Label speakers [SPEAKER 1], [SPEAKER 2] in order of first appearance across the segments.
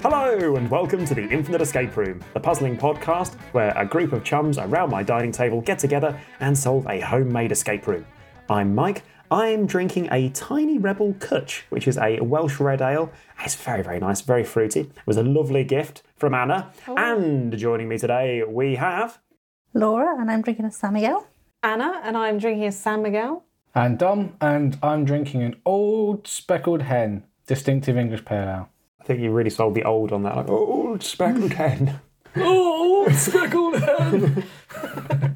[SPEAKER 1] Hello, and welcome to the Infinite Escape Room, the puzzling podcast where a group of chums around my dining table get together and solve a homemade escape room. I'm Mike. I'm drinking a Tiny Rebel Kutch, which is a Welsh red ale. It's very, very nice, very fruity. It was a lovely gift from Anna. And joining me today, we have.
[SPEAKER 2] Laura, and I'm drinking a Samiel.
[SPEAKER 3] Anna, and I'm drinking a San Miguel.
[SPEAKER 4] And Dom, and I'm drinking an old speckled hen, distinctive English pale ale.
[SPEAKER 1] I think you really sold the old on that. Like, oh, speckled hen.
[SPEAKER 4] Old speckled hen!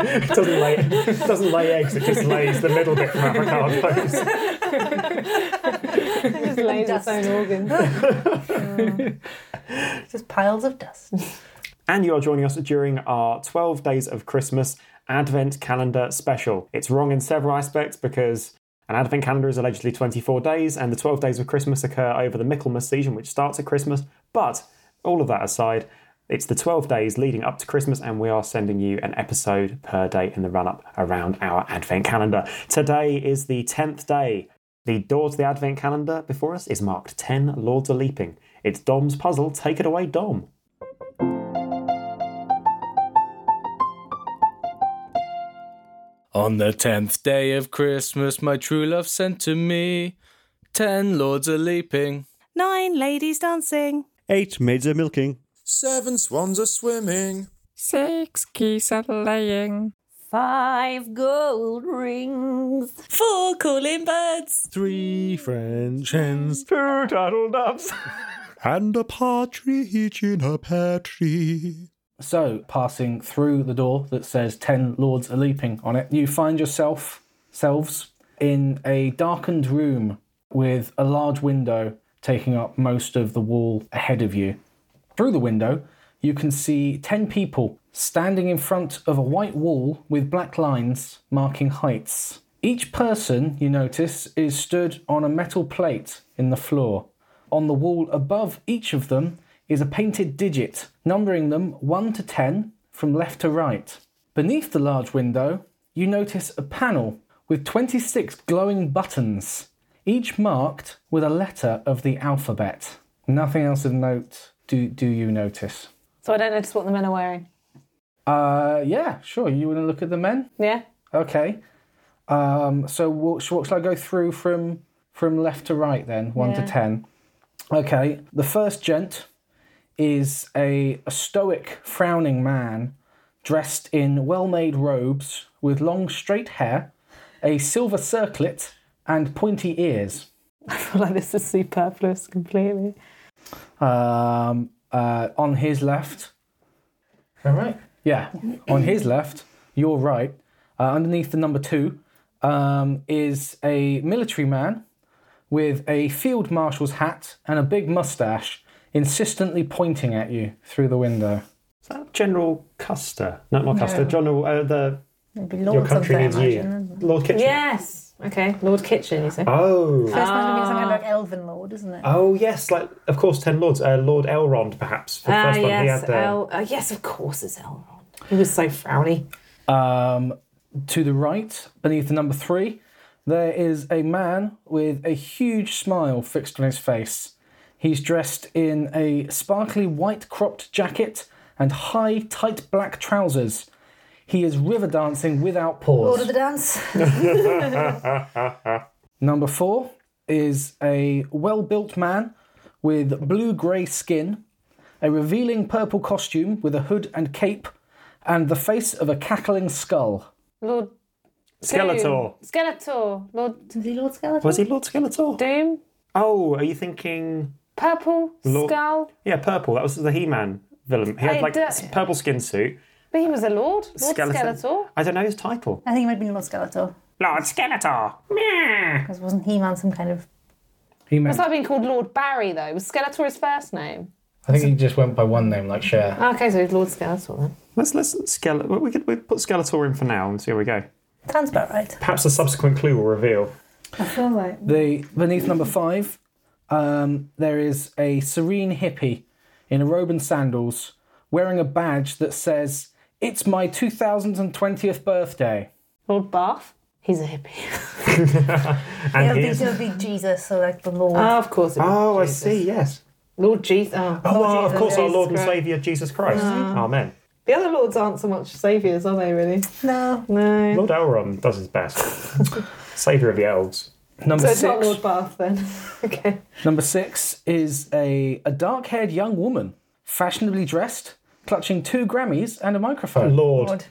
[SPEAKER 1] It doesn't lay, it doesn't lay eggs, it just lays the middle bit from avocados.
[SPEAKER 3] It just lays its own organ.
[SPEAKER 2] Just piles of dust.
[SPEAKER 1] And you are joining us during our 12 Days of Christmas Advent Calendar special. It's wrong in several aspects because an Advent calendar is allegedly 24 days, and the 12 Days of Christmas occur over the Michaelmas season, which starts at Christmas. But all of that aside, it's the 12 days leading up to Christmas, and we are sending you an episode per day in the run up around our Advent calendar. Today is the 10th day. The door to the Advent calendar before us is marked 10 Lords a Leaping. It's Dom's puzzle. Take it away, Dom.
[SPEAKER 5] On the tenth day of Christmas, my true love sent to me ten lords a leaping,
[SPEAKER 6] Nine ladies dancing.
[SPEAKER 7] Eight maids are milking.
[SPEAKER 8] Seven swans are swimming.
[SPEAKER 9] Six geese are laying.
[SPEAKER 3] Five gold rings.
[SPEAKER 6] Four calling birds.
[SPEAKER 8] Three French hens
[SPEAKER 1] Two turtle doves.
[SPEAKER 8] and a partridge in a pear tree.
[SPEAKER 4] So, passing through the door that says 10 Lords are Leaping on it, you find yourself, selves, in a darkened room with a large window taking up most of the wall ahead of you. Through the window, you can see 10 people standing in front of a white wall with black lines marking heights. Each person, you notice, is stood on a metal plate in the floor. On the wall above each of them is a painted digit, numbering them 1 to 10 from left to right. Beneath the large window, you notice a panel with 26 glowing buttons, each marked with a letter of the alphabet. Nothing else of note do, do you notice?
[SPEAKER 3] So I don't notice what the men are wearing.
[SPEAKER 4] Uh, yeah, sure. You want to look at the men?
[SPEAKER 3] Yeah?
[SPEAKER 4] Okay. Um, so what, sh- what shall I go through from from left to right then, one to ten? Okay. The first gent is a, a stoic, frowning man dressed in well-made robes with long, straight hair, a silver circlet, and pointy ears.
[SPEAKER 3] I feel like this is superfluous completely.
[SPEAKER 4] Um, uh, on his left. All right. Yeah, on his left, your right, uh, underneath the number two, um, is a military man with a field marshal's hat and a big mustache, insistently pointing at you through the window.
[SPEAKER 1] Is that General Custer? No, not Custer. General, uh, the
[SPEAKER 2] Maybe
[SPEAKER 3] Oh,
[SPEAKER 1] your
[SPEAKER 2] Lord
[SPEAKER 1] country
[SPEAKER 2] something, I
[SPEAKER 1] needs
[SPEAKER 2] imagine.
[SPEAKER 1] you. Lord Kitchener.
[SPEAKER 3] Yes! Okay, Lord Kitchen, you say.
[SPEAKER 1] Oh.
[SPEAKER 2] First one's going to be something like Elven Lord, isn't it?
[SPEAKER 1] Oh yes, like of course, ten lords. Uh, Lord Elrond, perhaps for the
[SPEAKER 3] Ah,
[SPEAKER 1] first one. He
[SPEAKER 3] yes,
[SPEAKER 1] had the
[SPEAKER 3] El- uh, yes, of course it's Elrond. He was so frowny.
[SPEAKER 4] Um, to the right, beneath the number three, there is a man with a huge smile fixed on his face. He's dressed in a sparkly white cropped jacket and high, tight black trousers. He is river dancing without
[SPEAKER 2] Lord of
[SPEAKER 4] pause.
[SPEAKER 2] the Dance.
[SPEAKER 4] Number four is a well built man with blue grey skin, a revealing purple costume with a hood and cape, and the face of a cackling skull.
[SPEAKER 3] Lord
[SPEAKER 1] Skeletor.
[SPEAKER 3] Doom. Skeletor. Lord
[SPEAKER 2] Is he Lord Skeletor?
[SPEAKER 1] Was he Lord Skeletor?
[SPEAKER 3] Doom.
[SPEAKER 1] Oh, are you thinking?
[SPEAKER 3] Purple.
[SPEAKER 1] Lord-
[SPEAKER 3] Skull.
[SPEAKER 1] Yeah, purple. That was the He-Man villain. He had
[SPEAKER 3] I
[SPEAKER 1] like
[SPEAKER 3] don't-
[SPEAKER 1] s- purple skin suit.
[SPEAKER 3] But he was a lord. Lord
[SPEAKER 1] Skeleton.
[SPEAKER 3] Skeletor.
[SPEAKER 1] I don't know his title.
[SPEAKER 2] I think he might have been Lord Skeletor.
[SPEAKER 1] Lord Skeletor. Meh.
[SPEAKER 2] Because wasn't he man some kind of.
[SPEAKER 4] He meant
[SPEAKER 3] It's like being called Lord Barry, though. Was Skeletor his first name?
[SPEAKER 4] I think he just went by one name, like Cher.
[SPEAKER 3] Ah, Okay, so he's Lord Skeletor then.
[SPEAKER 1] Let's let's Skeletor. We could we put Skeletor in for now and see how we go.
[SPEAKER 2] Sounds about right.
[SPEAKER 1] Perhaps a subsequent clue will reveal.
[SPEAKER 4] The beneath number five, um, there is a serene hippie in a robe and sandals, wearing a badge that says "It's my 2020th birthday."
[SPEAKER 3] Lord Bath. He's a hippie.
[SPEAKER 2] It'll
[SPEAKER 1] And
[SPEAKER 2] be,
[SPEAKER 1] he is.
[SPEAKER 2] it'll be Jesus, so like the Lord.
[SPEAKER 3] Ah, of course. it is.
[SPEAKER 1] Oh, I
[SPEAKER 3] Jesus.
[SPEAKER 1] see. Yes.
[SPEAKER 3] Lord Jesus. Oh,
[SPEAKER 1] Oh,
[SPEAKER 3] Lord
[SPEAKER 1] well, of
[SPEAKER 3] Jesus,
[SPEAKER 1] course, our
[SPEAKER 3] Jesus
[SPEAKER 1] Lord and
[SPEAKER 3] Christ. Uh-huh.
[SPEAKER 1] Saviour Jesus Christ. Amen.
[SPEAKER 3] The other lords aren't so much saviors, are they? Really?
[SPEAKER 2] no.
[SPEAKER 3] No.
[SPEAKER 1] Lord Elrond does his best. Saviour of the elves.
[SPEAKER 4] Number
[SPEAKER 3] So it's not
[SPEAKER 4] six.
[SPEAKER 3] Lord Bath then. okay.
[SPEAKER 4] Number six is a, a dark haired young woman, fashionably dressed, clutching two Grammys and a microphone.
[SPEAKER 1] Lord.
[SPEAKER 2] Lord.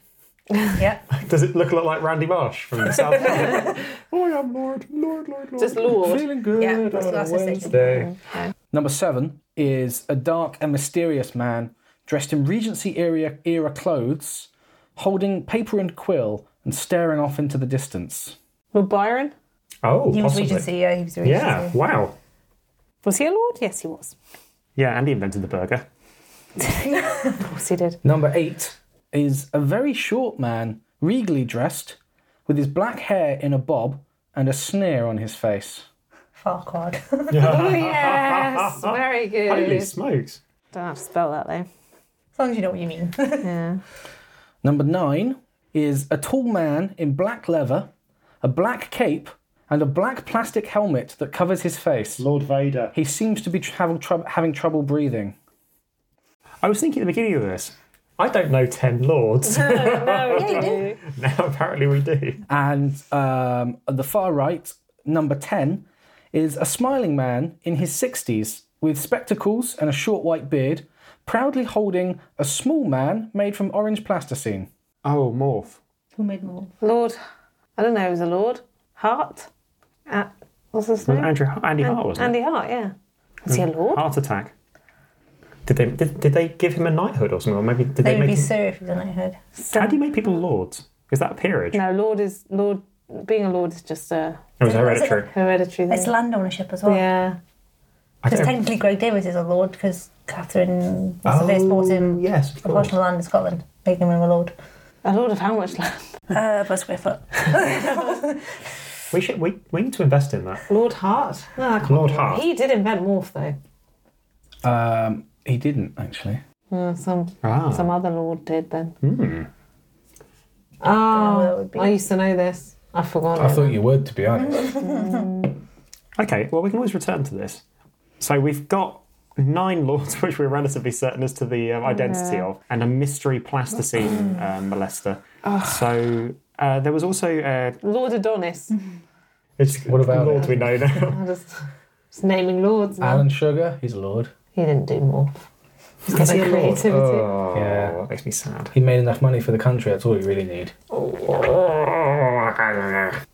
[SPEAKER 2] yeah.
[SPEAKER 1] Does it look a lot like Randy Marsh from the South? Park? I am Lord, Lord, Lord, Lord.
[SPEAKER 3] Just Lord.
[SPEAKER 4] Feeling good.
[SPEAKER 2] Yeah, that's
[SPEAKER 4] on
[SPEAKER 2] what I was
[SPEAKER 4] a
[SPEAKER 2] gonna say.
[SPEAKER 4] Wednesday.
[SPEAKER 1] Day.
[SPEAKER 4] Number seven is a dark and mysterious man dressed in Regency era, era clothes, holding paper and quill and staring off into the distance.
[SPEAKER 3] Lord Byron.
[SPEAKER 1] Oh,
[SPEAKER 2] He was
[SPEAKER 1] possibly.
[SPEAKER 2] Regency. Yeah, he was Regency.
[SPEAKER 1] Yeah. Wow.
[SPEAKER 3] Was he a lord? Yes, he was.
[SPEAKER 1] Yeah, Andy invented the burger.
[SPEAKER 3] Of course he did.
[SPEAKER 4] Number eight is a very short man, regally dressed, with his black hair in a bob and a sneer on his face.
[SPEAKER 2] Farquaad.
[SPEAKER 3] Oh, yes. Very good.
[SPEAKER 1] Holy smokes!
[SPEAKER 3] Don't have to spell that though.
[SPEAKER 2] as long as you know what you mean.
[SPEAKER 3] Yeah.
[SPEAKER 4] Number nine is a tall man in black leather, a black cape, and a black plastic helmet that covers his face.
[SPEAKER 1] Lord Vader.
[SPEAKER 4] He seems to be tr- having, troub having trouble breathing.
[SPEAKER 1] I was thinking at the beginning of this. I don't know ten lords.
[SPEAKER 2] yeah, you do.
[SPEAKER 1] now apparently we do.
[SPEAKER 4] And um, at the far right, number 10, is a smiling man in his 60s with spectacles and a short white beard, proudly holding a small man made from orange plasticine.
[SPEAKER 1] Oh, morph.
[SPEAKER 2] Who made more?
[SPEAKER 3] Lord. I don't know. He was a lord. Hart. At, what's his
[SPEAKER 2] Hmm?
[SPEAKER 3] name?
[SPEAKER 1] Andrew Andy Hart wasn't
[SPEAKER 3] Andy Hart. Yeah. Was he a
[SPEAKER 1] it?
[SPEAKER 3] lord?
[SPEAKER 1] Heart attack. Did they did, did they give him a knighthood or something? Or maybe did they,
[SPEAKER 2] They would
[SPEAKER 1] make?
[SPEAKER 2] be
[SPEAKER 1] him-
[SPEAKER 2] sir if you don't know heard.
[SPEAKER 1] How do you make people lords? Is that a peerage?
[SPEAKER 3] No, lord is lord. Being a lord is just a
[SPEAKER 1] It was
[SPEAKER 2] Is it- is it-
[SPEAKER 1] hereditary.
[SPEAKER 3] hereditary.
[SPEAKER 2] It's
[SPEAKER 3] thing.
[SPEAKER 2] land ownership as well.
[SPEAKER 3] yeah.
[SPEAKER 1] I
[SPEAKER 2] Because
[SPEAKER 1] don't-
[SPEAKER 2] technically, Greg Davis is a lord because Catherine was
[SPEAKER 1] Oh,
[SPEAKER 2] the first bought him
[SPEAKER 1] yes, of
[SPEAKER 2] a
[SPEAKER 1] course.
[SPEAKER 2] portion of land in Scotland, making him a lord.
[SPEAKER 3] A lord of how much land?
[SPEAKER 2] Uh, per square foot.
[SPEAKER 1] We should we, we need to invest in that.
[SPEAKER 3] Lord Hart. No, I can't
[SPEAKER 1] Lord
[SPEAKER 3] remember.
[SPEAKER 1] Hart.
[SPEAKER 3] Ah, He did invent morph though.
[SPEAKER 4] Um, he didn't, actually.
[SPEAKER 3] Uh, some
[SPEAKER 1] Ah.
[SPEAKER 3] some other lord did then.
[SPEAKER 1] Hmm.
[SPEAKER 2] know what that
[SPEAKER 3] Oh,
[SPEAKER 2] would be.
[SPEAKER 3] I used to know this. I've forgotten. it.
[SPEAKER 4] you would, to be honest.
[SPEAKER 1] Okay, well we can always return to this. So we've got nine lords, which we're relatively certain as to the um, identity of, and a mystery plasticine
[SPEAKER 3] Mm.
[SPEAKER 1] um, molester. So uh, there was also uh,
[SPEAKER 3] Lord Adonis.
[SPEAKER 1] it's,
[SPEAKER 4] What about
[SPEAKER 1] lords
[SPEAKER 4] it?
[SPEAKER 1] we know now.
[SPEAKER 3] I just, just naming lords.
[SPEAKER 1] Ah.
[SPEAKER 3] now.
[SPEAKER 4] Sugar, he's a lord.
[SPEAKER 3] He didn't do morph. He's got
[SPEAKER 1] Is he
[SPEAKER 3] no
[SPEAKER 1] a lord?
[SPEAKER 3] creativity.
[SPEAKER 1] Oh,
[SPEAKER 4] Yeah.
[SPEAKER 1] that makes me sad.
[SPEAKER 4] He made enough money for the country, that's all you really need.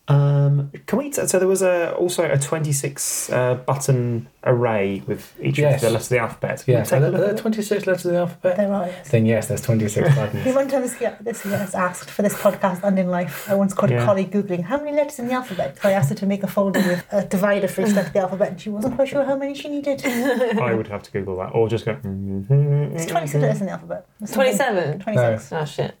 [SPEAKER 1] Um, can we? T- so there was a also a twenty-six uh, button array with each
[SPEAKER 4] Yes.
[SPEAKER 1] of the letters of the alphabet.
[SPEAKER 4] Yes,
[SPEAKER 1] Take
[SPEAKER 4] are
[SPEAKER 1] a
[SPEAKER 4] there,
[SPEAKER 1] look
[SPEAKER 4] are
[SPEAKER 1] at
[SPEAKER 4] there 26 letters of the alphabet?
[SPEAKER 2] There are, yes.
[SPEAKER 4] Then yes, there's 26
[SPEAKER 2] The
[SPEAKER 4] buttons.
[SPEAKER 2] one time this year, this year has asked for this podcast and in life, I once caught
[SPEAKER 1] Yeah.
[SPEAKER 2] a colleague Googling how many letters in the alphabet. So I asked her to make a folder with a divider for each letter of the alphabet, and she wasn't quite sure how many she needed. It's
[SPEAKER 1] it. I would have to Google that, or just go. mm
[SPEAKER 2] 26 letters in the alphabet. It's something-
[SPEAKER 3] 27.
[SPEAKER 2] 26.
[SPEAKER 3] Oh, shit.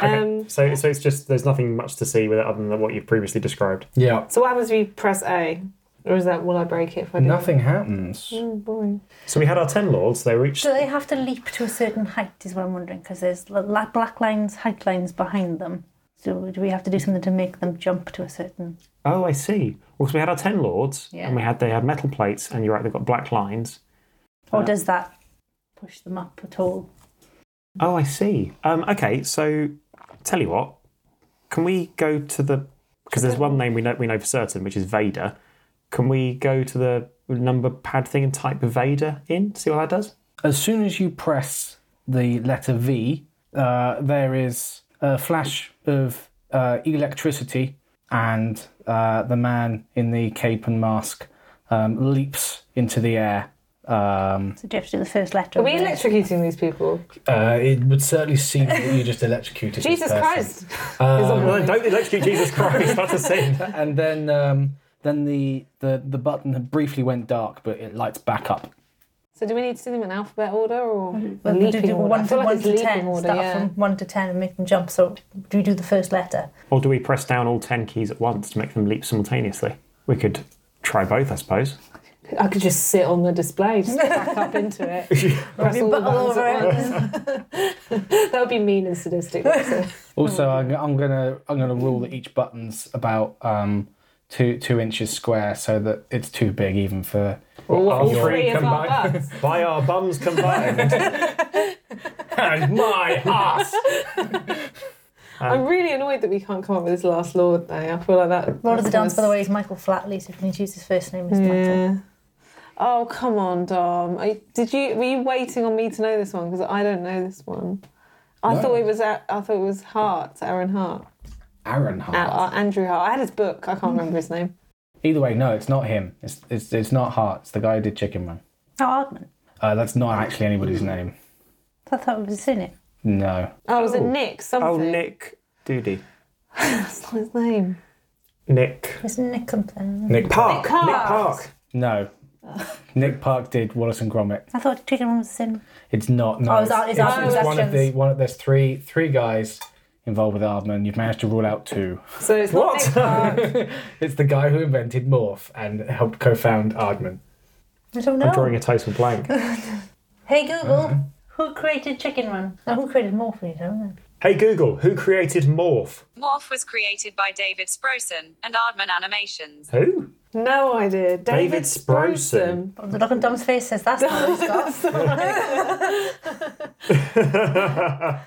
[SPEAKER 3] um,
[SPEAKER 1] So, so it's just there's nothing much to see with it other than what you've previously described.
[SPEAKER 4] yeah.
[SPEAKER 3] so what happens if you press A? Or is that, will I break it if I do?
[SPEAKER 4] Nothing happens.
[SPEAKER 3] Oh, boring.
[SPEAKER 1] So we had our ten lords. They were each.
[SPEAKER 2] Do they have to leap to a certain height, is what I'm wondering, because there's la- la- black lines, height lines behind them. So do we have to do something to make them jump to a certain.
[SPEAKER 1] Oh, I see. Well, so we had our ten lords,
[SPEAKER 2] Yeah.
[SPEAKER 1] and we had they had metal plates, and you're right, they've got black lines.
[SPEAKER 2] Or does that push them up at all?
[SPEAKER 1] Oh, I see. Um, okay, so tell you what, can we go to the because there's one name we know we know for certain, which is Vader. Can we go to the number pad thing and type Vader in? See what that does.
[SPEAKER 4] As soon as you press the letter V, uh, there is a flash of uh, electricity, and uh, the man in the cape and mask um, leaps into the air. Um,
[SPEAKER 2] So do you have to do the first letter?
[SPEAKER 3] Are
[SPEAKER 2] of
[SPEAKER 3] we
[SPEAKER 2] the-
[SPEAKER 3] electrocuting these people?
[SPEAKER 4] uh, it would certainly seem that you just electrocuted
[SPEAKER 3] Jesus Christ! Is a
[SPEAKER 1] Well,
[SPEAKER 3] woman.
[SPEAKER 1] don't electrocute Jesus Christ. That's a sin.
[SPEAKER 4] And then, um, then the, the the button had briefly went dark, but it lights back up.
[SPEAKER 3] So do we need to do them in alphabet order or
[SPEAKER 2] Well, we do
[SPEAKER 3] leaping
[SPEAKER 2] do
[SPEAKER 3] order? I
[SPEAKER 2] one to,
[SPEAKER 3] feel like
[SPEAKER 2] one
[SPEAKER 3] it's
[SPEAKER 2] to
[SPEAKER 3] leaping
[SPEAKER 2] ten.
[SPEAKER 3] order,
[SPEAKER 2] start
[SPEAKER 3] yeah.
[SPEAKER 2] from one to ten and make them jump. So do we do the first letter?
[SPEAKER 1] Or do we press down all ten keys at once to make them leap simultaneously? We could try both, I suppose.
[SPEAKER 3] I could just sit on the display, just back up into it. press all the
[SPEAKER 2] butt all
[SPEAKER 3] buttons at
[SPEAKER 2] over
[SPEAKER 3] once. that would be mean and sadistic. wouldn't it?
[SPEAKER 4] Also, I'm, I'm gonna I'm gonna rule that each button's about um, two two inches square, so that it's too big even for.
[SPEAKER 3] all, all
[SPEAKER 1] Your-
[SPEAKER 3] three of our
[SPEAKER 4] combined.
[SPEAKER 3] butts.
[SPEAKER 1] By our bums combined.
[SPEAKER 4] and my ass.
[SPEAKER 3] I'm really annoyed that we can't come up with this last Lord though. I feel like that.
[SPEAKER 2] Lord of the
[SPEAKER 3] that's gonna
[SPEAKER 2] Dance, by the way, is Michael Flatley, so if we can choose his first name, it's Michael.
[SPEAKER 3] Yeah. Oh come on, Dom. Are, you- did you were you waiting on me to know this one because I don't know this one. I
[SPEAKER 4] No.
[SPEAKER 3] thought it was A- I thought it was Hart, Aaron Hart,
[SPEAKER 4] Aaron
[SPEAKER 1] Oh,
[SPEAKER 3] A-
[SPEAKER 4] Hart.
[SPEAKER 3] uh, Andrew Hart. I had his book. I can't remember his name.
[SPEAKER 4] Either way, no, it's not him. It's it's, it's not Hart. It's the guy who did Chicken Run.
[SPEAKER 2] Oh, Aardman.
[SPEAKER 4] Uh, that's not actually anybody's name.
[SPEAKER 2] I thought we'd seen it.
[SPEAKER 4] No.
[SPEAKER 3] Oh, was it Nick something?
[SPEAKER 1] oh, Nick Doody.
[SPEAKER 3] That's not his name.
[SPEAKER 1] Nick.
[SPEAKER 2] It's Nick something.
[SPEAKER 4] Nick
[SPEAKER 1] Park.
[SPEAKER 3] Nick Park.
[SPEAKER 1] Park.
[SPEAKER 4] No. Nick Park did Wallace and Gromit.
[SPEAKER 2] I thought Chicken Run was sin.
[SPEAKER 4] It's not. No,
[SPEAKER 2] Oh, it's Ar- it's Armin
[SPEAKER 4] one of the
[SPEAKER 2] Sessions.
[SPEAKER 4] one. Of, there's three three guys involved with Aardman. You've managed to rule out two.
[SPEAKER 3] So it's not
[SPEAKER 1] What?
[SPEAKER 3] Nick Hart.
[SPEAKER 4] It's the guy who invented Morph and helped co-found Aardman.
[SPEAKER 2] I don't
[SPEAKER 1] I'm drawing Mm-hmm.
[SPEAKER 2] know.
[SPEAKER 1] a total blank.
[SPEAKER 2] Hey Google, who created Chicken Run? No, who created Morphe? I don't know.
[SPEAKER 1] hey Google, who created Morph?
[SPEAKER 7] Morph was created by David Sproson and Aardman Animations.
[SPEAKER 1] Who?
[SPEAKER 3] no idea. David,
[SPEAKER 1] David Sproson.
[SPEAKER 2] But the look on Dom's face says that's not what he's got.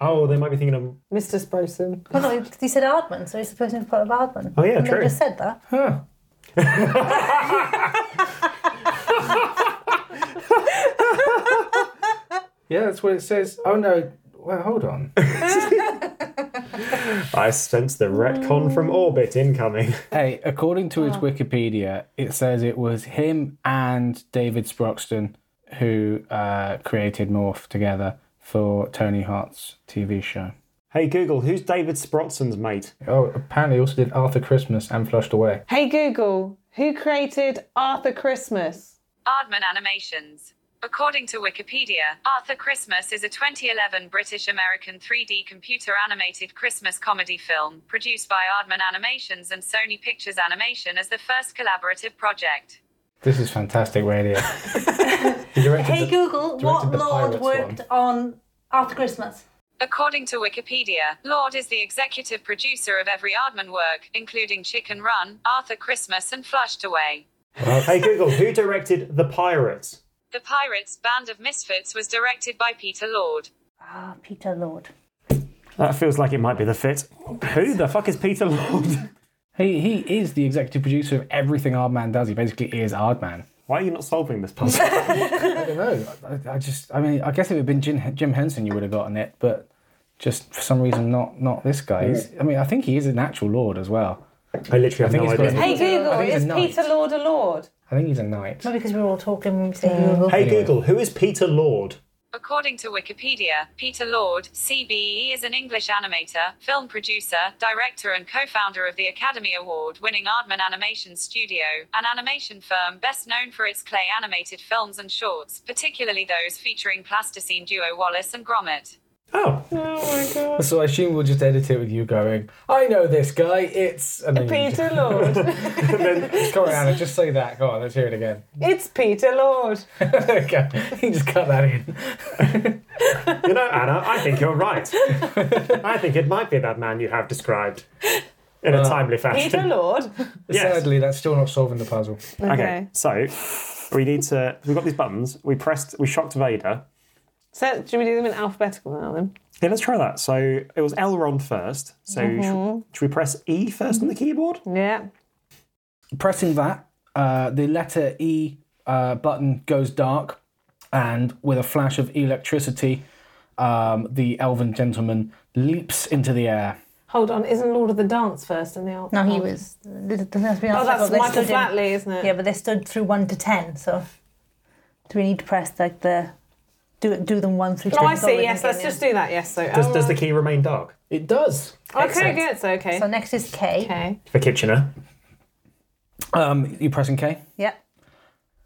[SPEAKER 1] Oh, they might be thinking of.
[SPEAKER 3] Mr. Sproson.
[SPEAKER 2] well, no, he- he said Aardman, so he's the person who thought of Aardman.
[SPEAKER 1] Oh, yeah,
[SPEAKER 2] and
[SPEAKER 1] true.
[SPEAKER 2] They just said that.
[SPEAKER 4] Yeah, that's what it says. Oh no. Well, hold on.
[SPEAKER 1] I sense the retcon from
[SPEAKER 3] Mm.
[SPEAKER 1] orbit incoming.
[SPEAKER 4] hey, according to
[SPEAKER 2] Oh.
[SPEAKER 4] its Wikipedia, it says it was him and David Sproxton who uh, created Morph together for Tony Hart's TV show.
[SPEAKER 1] Hey Google, who's David Sprotson's mate?
[SPEAKER 4] Oh, apparently also did Arthur Christmas and Flushed Away.
[SPEAKER 3] Hey Google, who created Arthur Christmas?
[SPEAKER 7] Aardman Animations. According to Wikipedia, Arthur Christmas is a 2011 British American 3D computer animated Christmas comedy film produced by Aardman Animations and Sony Pictures Animation as the first collaborative project.
[SPEAKER 4] This is fantastic radio. He directed
[SPEAKER 2] Hey
[SPEAKER 4] the-
[SPEAKER 2] Google,
[SPEAKER 4] directed
[SPEAKER 2] what
[SPEAKER 4] the
[SPEAKER 2] Lord
[SPEAKER 4] Pirates
[SPEAKER 2] worked
[SPEAKER 4] one.
[SPEAKER 2] on after Christmas?
[SPEAKER 7] According to Wikipedia, Lord is the executive producer of every Aardman work, including Chicken Run, Arthur Christmas, and Flushed Away.
[SPEAKER 1] Hey Google, who directed The Pirates?
[SPEAKER 7] The Pirates Band of Misfits was directed by Peter Lord.
[SPEAKER 2] Ah, Peter Lord.
[SPEAKER 1] That feels like it might be the fit. Who the fuck is Peter Lord?
[SPEAKER 4] He he is the executive producer of everything Aardman does. He basically is Aardman.
[SPEAKER 1] Why are you not solving this puzzle?
[SPEAKER 4] I don't know. I, I just I mean I guess if it had been Jim, Jim Henson you would have gotten it, but just for some reason not not this guy. He's, I mean I think he is a natural lord as well.
[SPEAKER 1] I literally have
[SPEAKER 4] think
[SPEAKER 1] no
[SPEAKER 4] it's
[SPEAKER 1] idea.
[SPEAKER 4] got-
[SPEAKER 3] Hey Google,
[SPEAKER 4] think he's
[SPEAKER 3] is
[SPEAKER 4] a
[SPEAKER 3] Peter
[SPEAKER 4] knight.
[SPEAKER 3] Lord a lord?
[SPEAKER 4] I think he's a knight.
[SPEAKER 2] Maybe because we were all talking when we say Google.
[SPEAKER 1] Hey
[SPEAKER 4] Anyway.
[SPEAKER 1] Google, who is Peter Lord?
[SPEAKER 7] According to Wikipedia, Peter Lord, CBE, is an English animator, film producer, director, and co founder of the Academy Award winning Aardman Animation Studio, an animation firm best known for its clay animated films and shorts, particularly those featuring plasticine duo Wallace and Gromit.
[SPEAKER 1] Oh,
[SPEAKER 4] So I assume we'll just edit it with you going. I know this guy. It's and then you
[SPEAKER 3] Peter Lord.
[SPEAKER 4] just- Come on, Anna, just say that. Go on, let's hear it again.
[SPEAKER 3] it's Peter Lord.
[SPEAKER 4] okay, you just cut that in.
[SPEAKER 1] you know, Anna, I think you're right. I think it might be that man you have described in a timely
[SPEAKER 3] Peter
[SPEAKER 1] fashion.
[SPEAKER 3] Lord.
[SPEAKER 1] Yes.
[SPEAKER 4] Sadly, that's still not solving the puzzle.
[SPEAKER 1] Okay, so we need to. We've got these buttons. We pressed. We shocked Vader.
[SPEAKER 3] So should we do them in alphabetical now then?
[SPEAKER 1] Yeah, let's try that. So it was Elrond first. So sh- should we press E first on the keyboard?
[SPEAKER 3] Yeah.
[SPEAKER 4] pressing that, uh, the letter E uh, button goes dark, and with a flash of electricity, um, the elven gentleman leaps into the air.
[SPEAKER 3] Hold on, isn't Lord of the Dance first in the alphabet?
[SPEAKER 2] No, he was. Doesn't have to be
[SPEAKER 3] Oh,
[SPEAKER 2] alphabetical.
[SPEAKER 3] that's
[SPEAKER 2] They
[SPEAKER 3] Michael
[SPEAKER 2] stood in-
[SPEAKER 3] Flatley, isn't it?
[SPEAKER 2] Yeah, but they stood through one to ten. So do we need to press like the do do them one through ten?
[SPEAKER 3] Oh, I
[SPEAKER 2] so we
[SPEAKER 3] see.
[SPEAKER 2] can
[SPEAKER 3] Yes,
[SPEAKER 2] get
[SPEAKER 3] let's
[SPEAKER 2] in?
[SPEAKER 3] just do that. Yes. So
[SPEAKER 1] Does, does the key remain dark
[SPEAKER 4] It does.
[SPEAKER 3] okay, good. So okay.
[SPEAKER 2] So next is K.
[SPEAKER 3] okay.
[SPEAKER 1] for Kitchener?
[SPEAKER 4] Um, you pressing K?
[SPEAKER 2] Yep.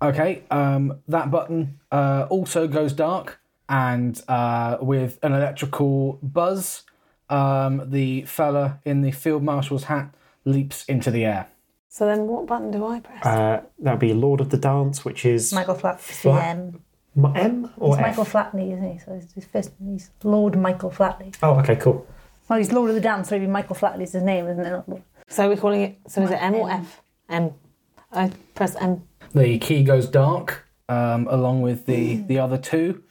[SPEAKER 4] Okay. Um, that button uh, also goes dark, and uh, with an electrical buzz, um, the fella in the field marshal's hat leaps into the air.
[SPEAKER 3] So then what button do I press?
[SPEAKER 1] Uh, that would be Lord of the Dance, which is
[SPEAKER 2] Michael Flat, CM.
[SPEAKER 1] M- M or
[SPEAKER 2] It's
[SPEAKER 1] F?
[SPEAKER 2] Michael Flatley, isn't he? So he's, his first, he's Lord Michael Flatley.
[SPEAKER 1] Oh, okay, cool.
[SPEAKER 2] Well, he's Lord of the Dance, so it'd be Michael Flatley's his name, isn't it? Not Lord.
[SPEAKER 3] So we're calling it. So is it M or F? M. I press M.
[SPEAKER 4] The key goes dark um, along with the, the other two,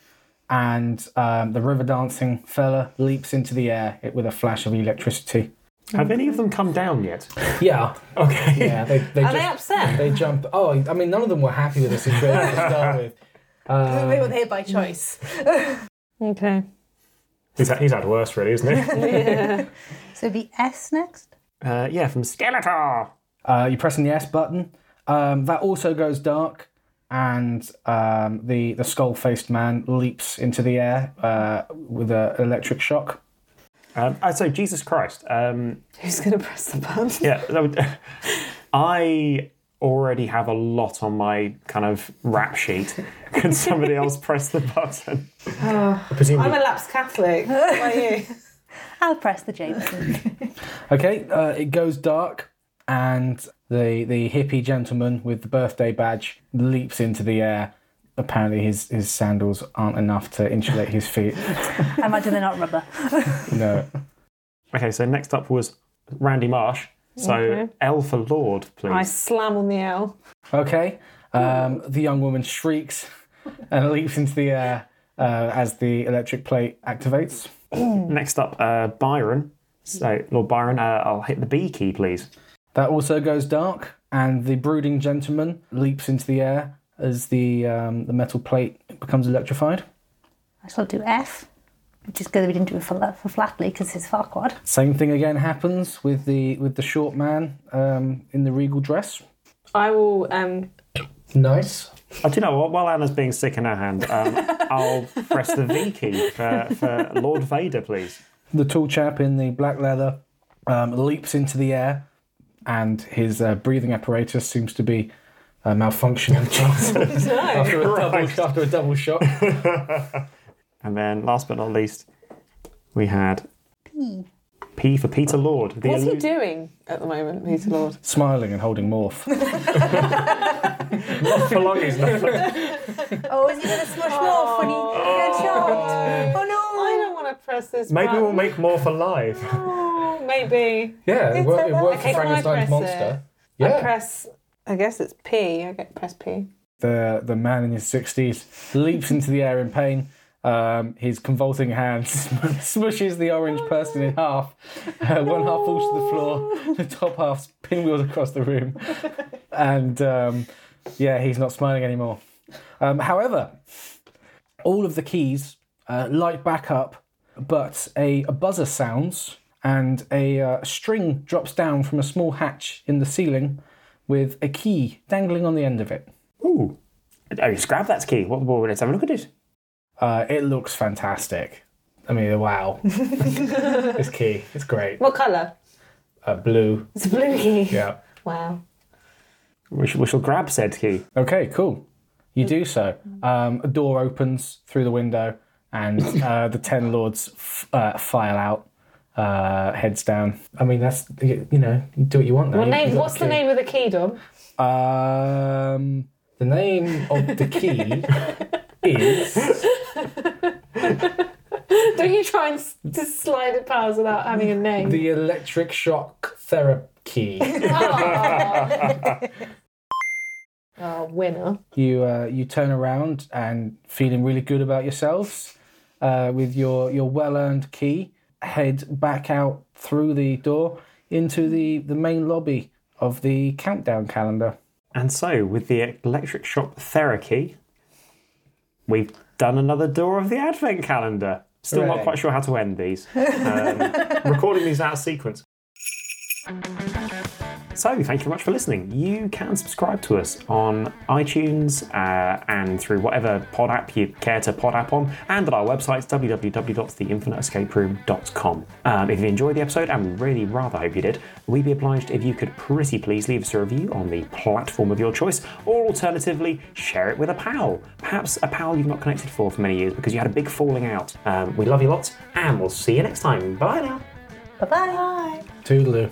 [SPEAKER 4] and um, the river dancing fella leaps into the air with a flash of electricity.
[SPEAKER 1] Have any of them come down yet?
[SPEAKER 4] Yeah,
[SPEAKER 1] Mm-hmm. Okay.
[SPEAKER 4] yeah. They, they
[SPEAKER 3] Are
[SPEAKER 4] just,
[SPEAKER 3] they upset?
[SPEAKER 4] They jump. Oh, I mean, none of them were happy with the situation to start with. Um,
[SPEAKER 2] they were there by choice.
[SPEAKER 3] Okay.
[SPEAKER 1] He's had, he's had worse, really, isn't he?
[SPEAKER 2] So it'd be S next.
[SPEAKER 1] uh, yeah, from Skeletor.
[SPEAKER 4] Uh, you're pressing the S button. Um, that also goes dark, and um, the the skull faced man leaps into the air uh, with an electric shock.
[SPEAKER 1] Um, uh, so Jesus Christ. Um,
[SPEAKER 3] Who's going to press the button?
[SPEAKER 1] yeah, that would, I already have a lot on my kind of rap sheet. Can somebody else press the button?
[SPEAKER 3] I'm
[SPEAKER 1] Presumably,
[SPEAKER 3] a lapsed Catholic. What about you?
[SPEAKER 2] I'll press the J button.
[SPEAKER 4] Okay, uh, it goes dark, and the the hippie gentleman with the birthday badge leaps into the air. Apparently, his his sandals aren't enough to insulate his feet.
[SPEAKER 2] I imagine they're not rubber.
[SPEAKER 4] No.
[SPEAKER 1] okay. So next up was Randy Marsh. So L for Lord, please.
[SPEAKER 3] I slam on the L.
[SPEAKER 4] Okay. Um, the young woman shrieks and leaps into the air uh, as the electric plate activates.
[SPEAKER 1] Next up, uh, Byron. So Lord Byron, uh, I'll hit the B key, please.
[SPEAKER 4] That also goes dark, and the brooding gentleman leaps into the air as the um, the metal plate becomes electrified.
[SPEAKER 2] I shall do F, which is good that we didn't do it for, La- for Flatley because it's Farquad.
[SPEAKER 4] Same thing again happens with the with the short man um, in the regal dress.
[SPEAKER 3] I will. Um,
[SPEAKER 4] Nice.
[SPEAKER 1] Oh, do you know what? While Anna's being sick in her hand, um, I'll press the V key for, for Lord Vader, please.
[SPEAKER 4] The tall chap in the black leather um, leaps into the air, and his uh, breathing apparatus seems to be uh, malfunctioning after, a double, after a double shot.
[SPEAKER 1] And then, last but not least, we had P. P for Peter Lord. The
[SPEAKER 3] what's he
[SPEAKER 1] illu-
[SPEAKER 3] doing at the moment, Peter Lord?
[SPEAKER 4] Smiling and holding morph.
[SPEAKER 1] For long he's not.
[SPEAKER 2] Oh, is he going to smush off when he gets shot? Oh
[SPEAKER 3] I
[SPEAKER 2] no!
[SPEAKER 3] don't want to press this.
[SPEAKER 1] Maybe
[SPEAKER 3] button.
[SPEAKER 1] we'll make more for live.
[SPEAKER 3] Oh, maybe.
[SPEAKER 4] Yeah,
[SPEAKER 3] It's wor- it worked for okay, can I Frankenstein's press monster.
[SPEAKER 4] monster.
[SPEAKER 3] I press. I guess it's P. I get press P.
[SPEAKER 4] the the man in his sixties leaps into the air in pain. Um, his convulsing hand smushes the orange person in half. Uh, one half falls to the floor. The top half's pinwheeled across the room, and um, yeah, he's not smiling anymore. Um, however, all of the keys uh, light back up, but a, a buzzer sounds and a uh, string drops down from a small hatch in the ceiling with a key dangling on the end of it.
[SPEAKER 1] Ooh. Oh, just grab that key. What, what, let's have a look at it.
[SPEAKER 4] Uh, it looks fantastic. I mean, wow. it's key. It's great.
[SPEAKER 3] What colour?
[SPEAKER 4] Uh, blue.
[SPEAKER 3] It's a blue key.
[SPEAKER 4] Yeah.
[SPEAKER 3] Wow.
[SPEAKER 1] We shall, we shall grab said key.
[SPEAKER 4] Okay, cool. You do so. Um, a door opens through the window, and uh, the ten lords f- uh, file out, uh, heads down. I mean, that's you, you know, you do what you want. Now.
[SPEAKER 3] What
[SPEAKER 4] You- you
[SPEAKER 3] name,
[SPEAKER 4] got
[SPEAKER 3] what's the
[SPEAKER 4] key.
[SPEAKER 3] name of the key, Dom?
[SPEAKER 4] Um, the name of the key is
[SPEAKER 3] Don't you try and s- just slide it past without having a name?
[SPEAKER 4] the electric shock therapy key.
[SPEAKER 3] oh, winner.
[SPEAKER 4] you uh, you turn around and feeling really good about yourselves uh, with your your well earned key head back out through the door into the the main lobby of the countdown calendar
[SPEAKER 1] And so, with the electric shock therapy, we've done another door of the advent calendar. Still not
[SPEAKER 4] Hooray.
[SPEAKER 1] quite sure how to end these. Um, recording these out of sequence. So, thank you very much for listening. You can subscribe to us on iTunes uh, and through whatever pod app you care to pod app on, and at our website, www.theinfiniteescaperoom.com. Um, if you enjoyed the episode, and we really rather hope you did, we'd be obliged if you could pretty please leave us a review on the platform of your choice, or alternatively, share it with a pal. Perhaps a pal you've not connected for for many years because you had a big falling out. Um, we love you lots, and we'll see you next time. Bye now.
[SPEAKER 2] Bye bye.
[SPEAKER 4] toodaloo